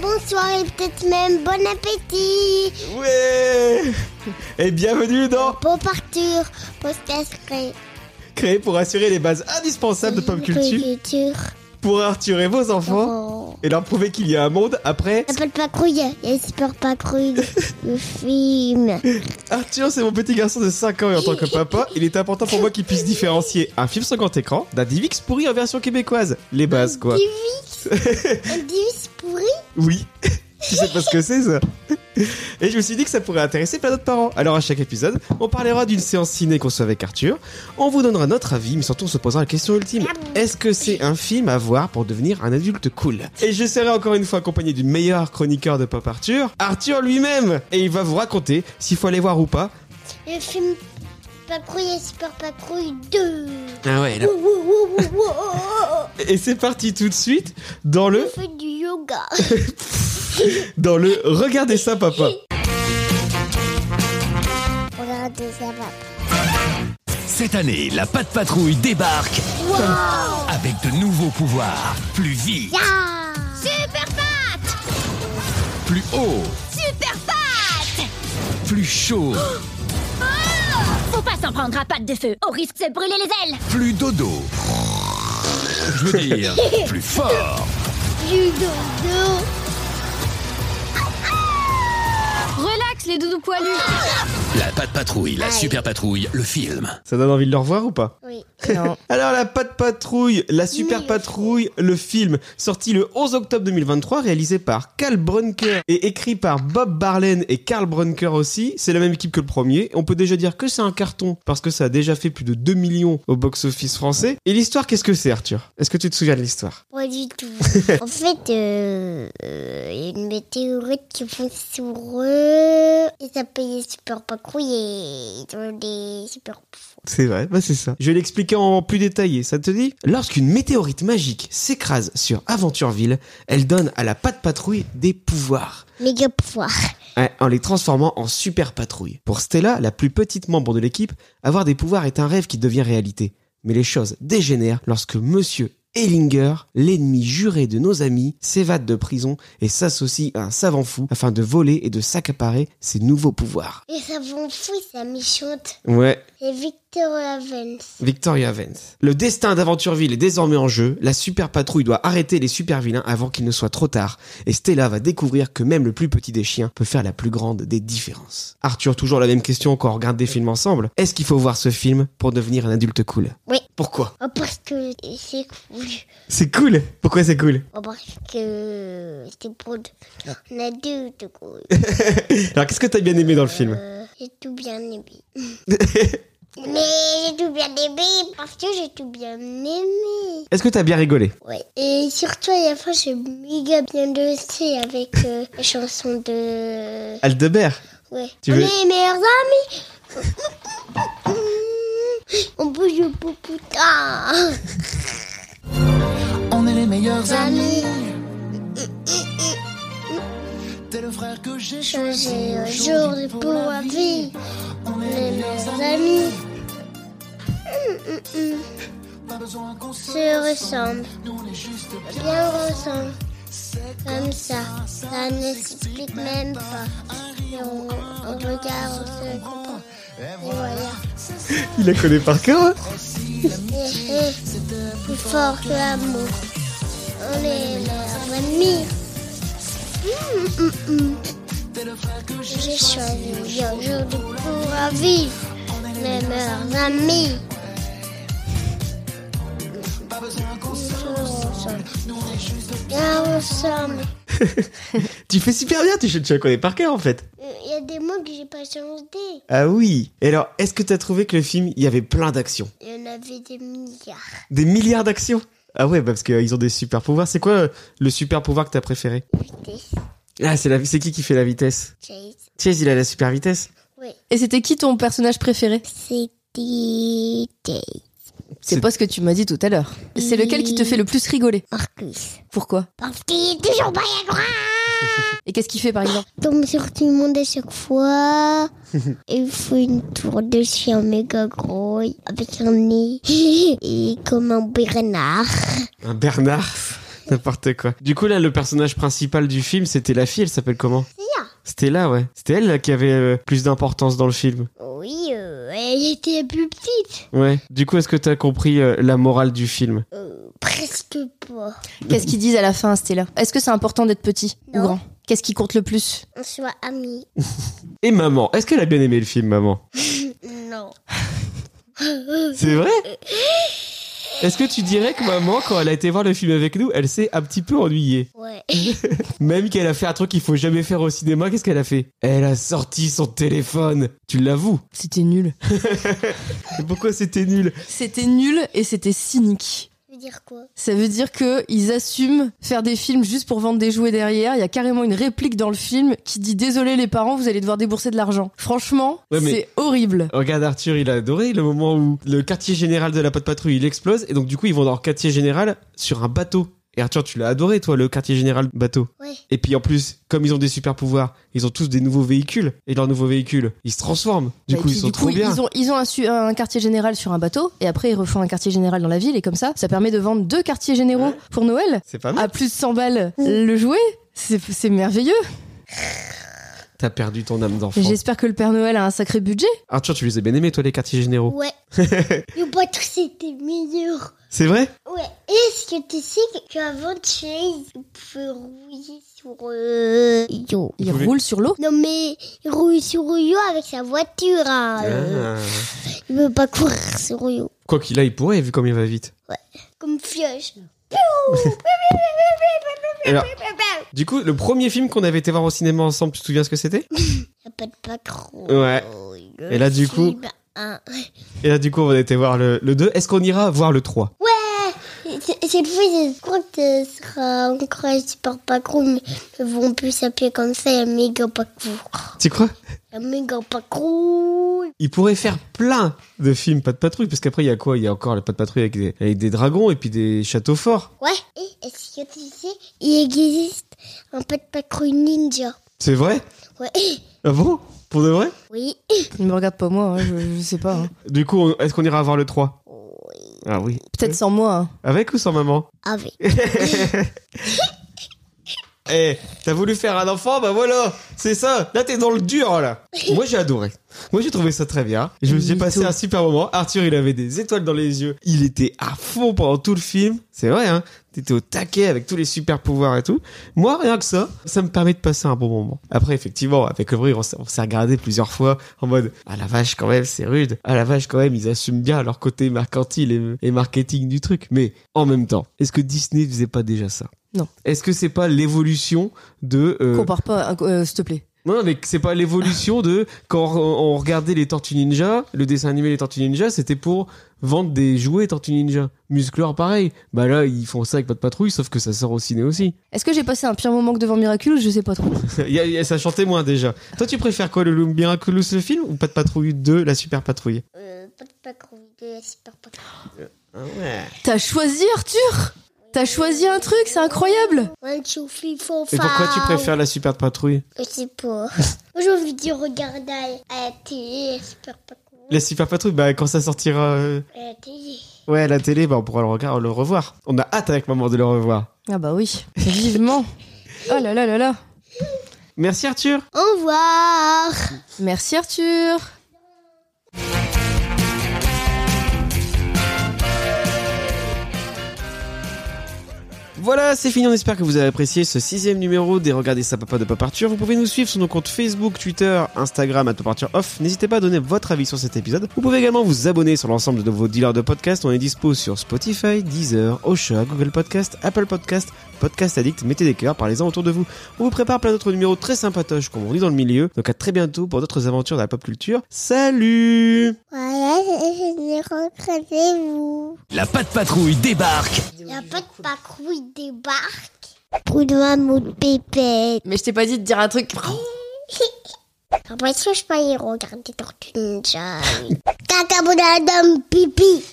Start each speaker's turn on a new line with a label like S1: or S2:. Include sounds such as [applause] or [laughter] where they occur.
S1: bonsoir et peut-être même bon appétit.
S2: Ouais Et bienvenue dans
S1: Pour partir, podcast créé.
S2: Créé pour assurer les bases indispensables de pop culture, pour arturer vos enfants
S1: Oh.
S2: et leur prouver qu'il y a un monde après.
S1: Ça s'appelle Pacrouille, il y a Super Pacrouille, le film.
S2: Arthur, c'est mon petit garçon de 5 ans et en tant que papa, il est important pour moi qu'il puisse différencier un film sur grand écran d'un Divix pourri en version québécoise. Les bases, quoi.
S1: Un divis pourri
S2: Oui. [laughs] tu sais pas ce que c'est, ça Et je me suis dit que ça pourrait intéresser plein d'autres parents. Alors à chaque épisode, on parlera d'une séance ciné qu'on soit avec Arthur, on vous donnera notre avis, mais surtout on se posera la question ultime. Est-ce que c'est un film à voir pour devenir un adulte cool Et je serai encore une fois accompagné du meilleur chroniqueur de Pop Arthur, Arthur lui-même Et il va vous raconter s'il faut aller voir ou pas.
S1: Le film Pacrouille et Super Pacrouille 2.
S2: Ah ouais,
S1: Ouh, ouh, ouh, ouh, ouh, oh, oh, oh.
S2: Et c'est parti tout de suite dans le...
S1: On fait du yoga.
S2: Dans le... Regardez ça, papa
S1: Regardez ça, papa.
S3: Cette année, la Patte Patrouille débarque
S1: Wow
S3: avec de nouveaux pouvoirs. Plus vite,
S1: Yeah
S3: plus haut. Super Patte Plus chaud,
S4: Faut pas s'en prendre à pattes de feu, au risque de se brûler les ailes
S3: plus dodo. Je veux dire, plus fort.
S1: Du dodo
S4: Relax les doudous poilus
S3: La Patte Patrouille, la Super Patrouille, le film.
S2: Ça donne envie de le revoir ou pas
S1: Oui.
S2: [laughs] Alors la Patte Patrouille, la Super
S1: Oui.
S2: Patrouille, le film, sorti le 11 octobre 2023, réalisé par Karl Brunker et écrit par Bob Barlen et Karl Brunker aussi, c'est la même équipe que le premier, on peut déjà dire que c'est un carton parce que ça a déjà fait plus de 2 millions au box-office français. Et l'histoire, qu'est-ce que c'est Arthur Est-ce que tu te souviens de l'histoire
S1: Pas du tout. en fait, euh, euh, il y a une météorite qui fonce sur eux. Et ça peut les super patrouilles et ils ont des super pouvoirs.
S2: C'est vrai, bah c'est ça. Je vais l'expliquer en plus détaillé, ça te dit Lorsqu'une météorite magique s'écrase sur Aventureville, elle donne à la Patte Patrouille des pouvoirs.
S1: Méga pouvoir.
S2: Ouais, en les transformant en super patrouille. Pour Stella, la plus petite membre de l'équipe, avoir des pouvoirs est un rêve qui devient réalité. Mais les choses dégénèrent lorsque Monsieur Ellinger, l'ennemi juré de nos amis, s'évade de prison et s'associe à un savant fou afin de voler et de s'accaparer ses nouveaux pouvoirs.
S1: Et ça vend fou, ça méchante.
S2: Ouais,
S1: C'est Victor Lavens.
S2: Victoria Vance. Le destin d'Aventureville est désormais en jeu. La super patrouille doit arrêter les super vilains avant qu'il ne soit trop tard. Et Stella va découvrir que même le plus petit des chiens peut faire la plus grande des différences. Arthur, toujours la même question quand on regarde des films ensemble. Est-ce qu'il faut voir ce film pour devenir un adulte cool
S1: Oui.
S2: Pourquoi
S1: Oh, parce que c'est cool.
S2: C'est cool Pourquoi c'est cool
S1: Oh, parce que c'est pour. On a deux de cool.
S2: Alors qu'est-ce que t'as bien aimé dans le film
S1: Euh, j'ai tout bien aimé. Mais j'ai tout bien aimé parce que j'ai tout bien aimé.
S2: Est-ce que t'as bien rigolé
S1: Ouais. Et surtout, à la fin, j'ai méga bien dansé avec euh, la chanson de.
S2: Aldebert
S1: Ouais.
S2: Tu
S1: On
S2: veux-
S1: est les meilleurs amis. On bouge le poupouta.
S3: On est les meilleurs
S1: amis.
S3: T'es le frère que j'ai
S1: Changer un jour pour la vie. On est les meilleurs amis. Mm,
S3: Pas besoin qu'on
S1: Se ressemblent.
S3: Nous on est juste
S1: bien ressemble. Comme ça, ça ne s'explique même pas. Et on, on regarde, on se comprend. Et voilà.
S2: Il la connaît par cœur hein
S1: Et, et, plus fort que l'amour. On est leurs amis. Hum, hum, hum. J'ai choisi aujourd'hui pour la vie. Mes meilleurs amis. Nous sommes ensemble. Bien ensemble.
S2: Tu fais super bien, tu, tu la connais par cœur en fait.
S1: Il y a des mots que j'ai pas changés.
S2: Ah oui Et alors, est-ce que t'as trouvé que le film, il y avait plein d'actions
S1: Il y en avait des milliards.
S2: Des milliards d'actions Ah ouais, bah parce qu'ils ont des super pouvoirs. C'est quoi euh, le super pouvoir que t'as préféré
S1: Des
S2: Ah, c'est la... c'est qui qui fait la vitesse
S1: chaises.
S2: Chase, il a la super vitesse
S1: Oui.
S5: Et c'était qui ton personnage préféré
S1: C'était des
S5: C'est pas ce que tu m'as dit tout à l'heure. C'est lequel qui te fait le plus rigoler
S1: Marcus.
S5: Pourquoi
S1: Parce qu'il est toujours pas à croire.
S5: Et qu'est-ce qu'il fait par exemple
S1: tombe sur tout le monde à chaque fois. Et il faut une tour de chien méga gros [laughs] avec un nez et comme un bernard.
S2: Un Bernard [laughs] N'importe quoi. Du coup, là, le personnage principal du film, c'était la fille, elle s'appelle comment C'était là, ouais. C'était elle là, qui avait euh, plus d'importance dans le film.
S1: Oui, euh, elle était plus petite.
S2: Ouais. Du coup, est-ce que t'as compris euh, la morale du film
S1: Euh, presque pas.
S5: Qu'est-ce qu'ils disent à la fin, Stella Est-ce que c'est important d'être petit
S1: Non.
S5: ou grand Qu'est-ce qui compte le plus
S1: On soit amis.
S2: Et maman, est-ce qu'elle a bien aimé le film, maman
S1: Non.
S2: C'est vrai Est-ce que tu dirais que maman, quand elle a été voir le film avec nous, elle s'est un petit peu ennuyée
S1: Ouais. [laughs]
S2: Même qu'elle a fait un truc qu'il faut jamais faire au cinéma, qu'est-ce qu'elle a fait Elle a sorti son téléphone Tu l'avoues
S5: C'était nul.
S2: Et [laughs] Pourquoi c'était nul
S5: C'était nul et c'était cynique.
S1: Ça veut dire quoi
S5: Ça veut dire que ils assument faire des films juste pour vendre des jouets derrière. Il y a carrément une réplique dans le film qui dit désolé les parents, vous allez devoir débourser de l'argent. Franchement,
S2: Ouais, mais-
S5: c'est horrible.
S2: Regarde Arthur, il a adoré le moment où le quartier général de la Patte Patrouille il explose et donc du coup ils vont dans le quartier général sur un bateau. Et Arthur, tu l'as adoré toi le quartier général bateau.
S1: Ouais.
S2: Et puis en plus, comme ils ont des super pouvoirs, ils ont tous des nouveaux véhicules et leurs nouveaux véhicules, ils se transforment. Du
S5: Bah,
S2: coup,
S5: et puis,
S2: ils sont trop
S5: ils-
S2: bien.
S5: Ils ont, ils ont un, su- un quartier général sur un bateau et après ils refont un quartier général dans la ville et comme ça, ça permet de vendre deux quartiers généraux pour Noël
S2: C'est pas mal.
S5: à plus de 100 balles le jouet. C'est c'est merveilleux.
S2: T'as perdu ton âme d'enfant.
S5: Et J'espère que le Père Noël a un sacré budget.
S2: Arthur, tu les as bien aimés toi les quartiers généraux.
S1: Ouais. Le bateau, c'était meilleur.
S2: C'est vrai
S1: Ouais. Est-ce que tu sais qu'avant Chase, il pouvait rouiller sur euh, Yo.
S5: Il
S2: Oui.
S5: roule sur l'eau.
S1: Non, mais il rouille sur Yo avec sa voiture.
S5: Ah
S1: hein,
S2: Ah.
S1: euh. Il veut pas courir sur Yo.
S2: Quoi qu'il a, il pourrait vu comme il va vite.
S1: Comme Fioche.
S2: Alors, du coup, le premier film qu'on avait été voir au cinéma ensemble, tu te souviens ce que c'était
S1: Ça pète pas trop.
S2: Ouais. Et là, du coup- Et là, du coup, on a été voir le, le 2. Est-ce qu'on ira voir le 3
S1: [laughs] Cette fois, je crois que ce sera encore un super pas gros, mais ils vont plus s'appuyer comme ça, il y a méga pas court.
S2: Tu crois
S1: Il y a méga pas court.
S2: Il pourrait faire plein de films pas de patrouille, parce qu'après, il y a quoi Il y a encore le pas de patrouille avec des, avec des dragons et puis des châteaux forts.
S1: Ouais, et est-ce que tu sais, il existe un peu de patrouille ninja
S2: C'est vrai
S1: Ouais, [coughs]
S2: Ah bon Pour de vrai
S1: oui, [coughs]
S5: Ne me regarde pas moi, hein, je, je sais pas. hein.
S2: Du coup, on- est-ce qu'on ira voir le 3 Ah oui.
S5: Peut-être sans moi. hein.
S2: Avec ou sans maman
S1: avec.
S2: Eh, t'as voulu faire un enfant, bah voilà C'est ça Là, t'es dans le dur, là Moi, j'ai adoré. Moi, j'ai trouvé ça très bien. Je me suis
S5: Mytho.
S2: passé un super moment. Arthur, il avait des étoiles dans les yeux. Il était à fond pendant tout le film. C'est vrai, hein T'étais au taquet avec tous les super pouvoirs et tout. Moi, rien que ça, ça me permet de passer un bon moment. Après, effectivement, avec le bruit, on s'est on s'est regardé plusieurs fois en mode « Ah la vache, quand même, c'est rude. Ah la vache, quand même, ils assument bien leur côté mercantile et, et marketing du truc. » Mais en même temps, est-ce que Disney faisait pas déjà ça
S5: Non.
S2: Est-ce que c'est pas l'évolution de... euh,
S5: Compare pas, euh, s'il te plaît.
S2: non, mais c'est pas l'évolution de quand on- on regardait les Tortues Ninja, le dessin animé les Tortues Ninja, c'était pour vendre des jouets Tortues Ninja. Musclor, pareil. Bah là, ils font ça avec pas de patrouille, sauf que ça sort au ciné aussi.
S5: Est-ce que j'ai passé un pire moment que devant Miraculous Je sais pas trop.
S2: Il y a- il y a- ça chantait moins déjà. Toi, tu préfères quoi, le Loom Miraculous le film ou pas de patrouille 2, la super patrouille
S1: Euh, pas de patrouille de la super patrouille.
S2: Ouais.
S5: T'as choisi Arthur T'as choisi un truc, c'est incroyable
S1: One, two, three, four,
S2: Et
S1: five.
S2: pourquoi tu préfères la super patrouille
S1: Je sais pas. [laughs] Moi, j'ai envie de regarder à- à la télé, la super patrouille.
S2: La super patrouille, bah quand ça sortira. euh,
S1: À la télé.
S2: Ouais, à la télé, bah on pourra le, regarder, le revoir. On a hâte avec maman de le revoir.
S5: Ah bah oui, vivement. Oh là là là là.
S2: Merci Arthur
S1: Au revoir.
S5: Merci Arthur.
S2: Voilà, c'est fini. On espère que vous avez apprécié ce sixième numéro des Regardez ça papa de Pop Arthur. Vous pouvez nous suivre sur nos comptes Facebook, Twitter, Instagram à Pop Arthur Off. N'hésitez pas à donner votre avis sur cet épisode. Vous pouvez également vous abonner sur l'ensemble de vos dealers de podcasts. On est dispo sur Spotify, Deezer, Osha, Google Podcast, Apple Podcast, Podcast Addict. Mettez des cœurs, parlez-en autour de vous. On vous prépare plein d'autres numéros très sympatoches, comme on dit dans le milieu. Donc à très bientôt pour d'autres aventures de la pop culture. Salut
S1: Voilà, je regrettez vous.
S3: La patte patrouille débarque.
S1: La pas de patrouille débarque. Bruno mot de pépette.
S5: Mais je t'ai pas dit de dire un truc.
S1: Après, ça, je peux aller regarder Tortue Ninja. Caca, bonadam, pipi.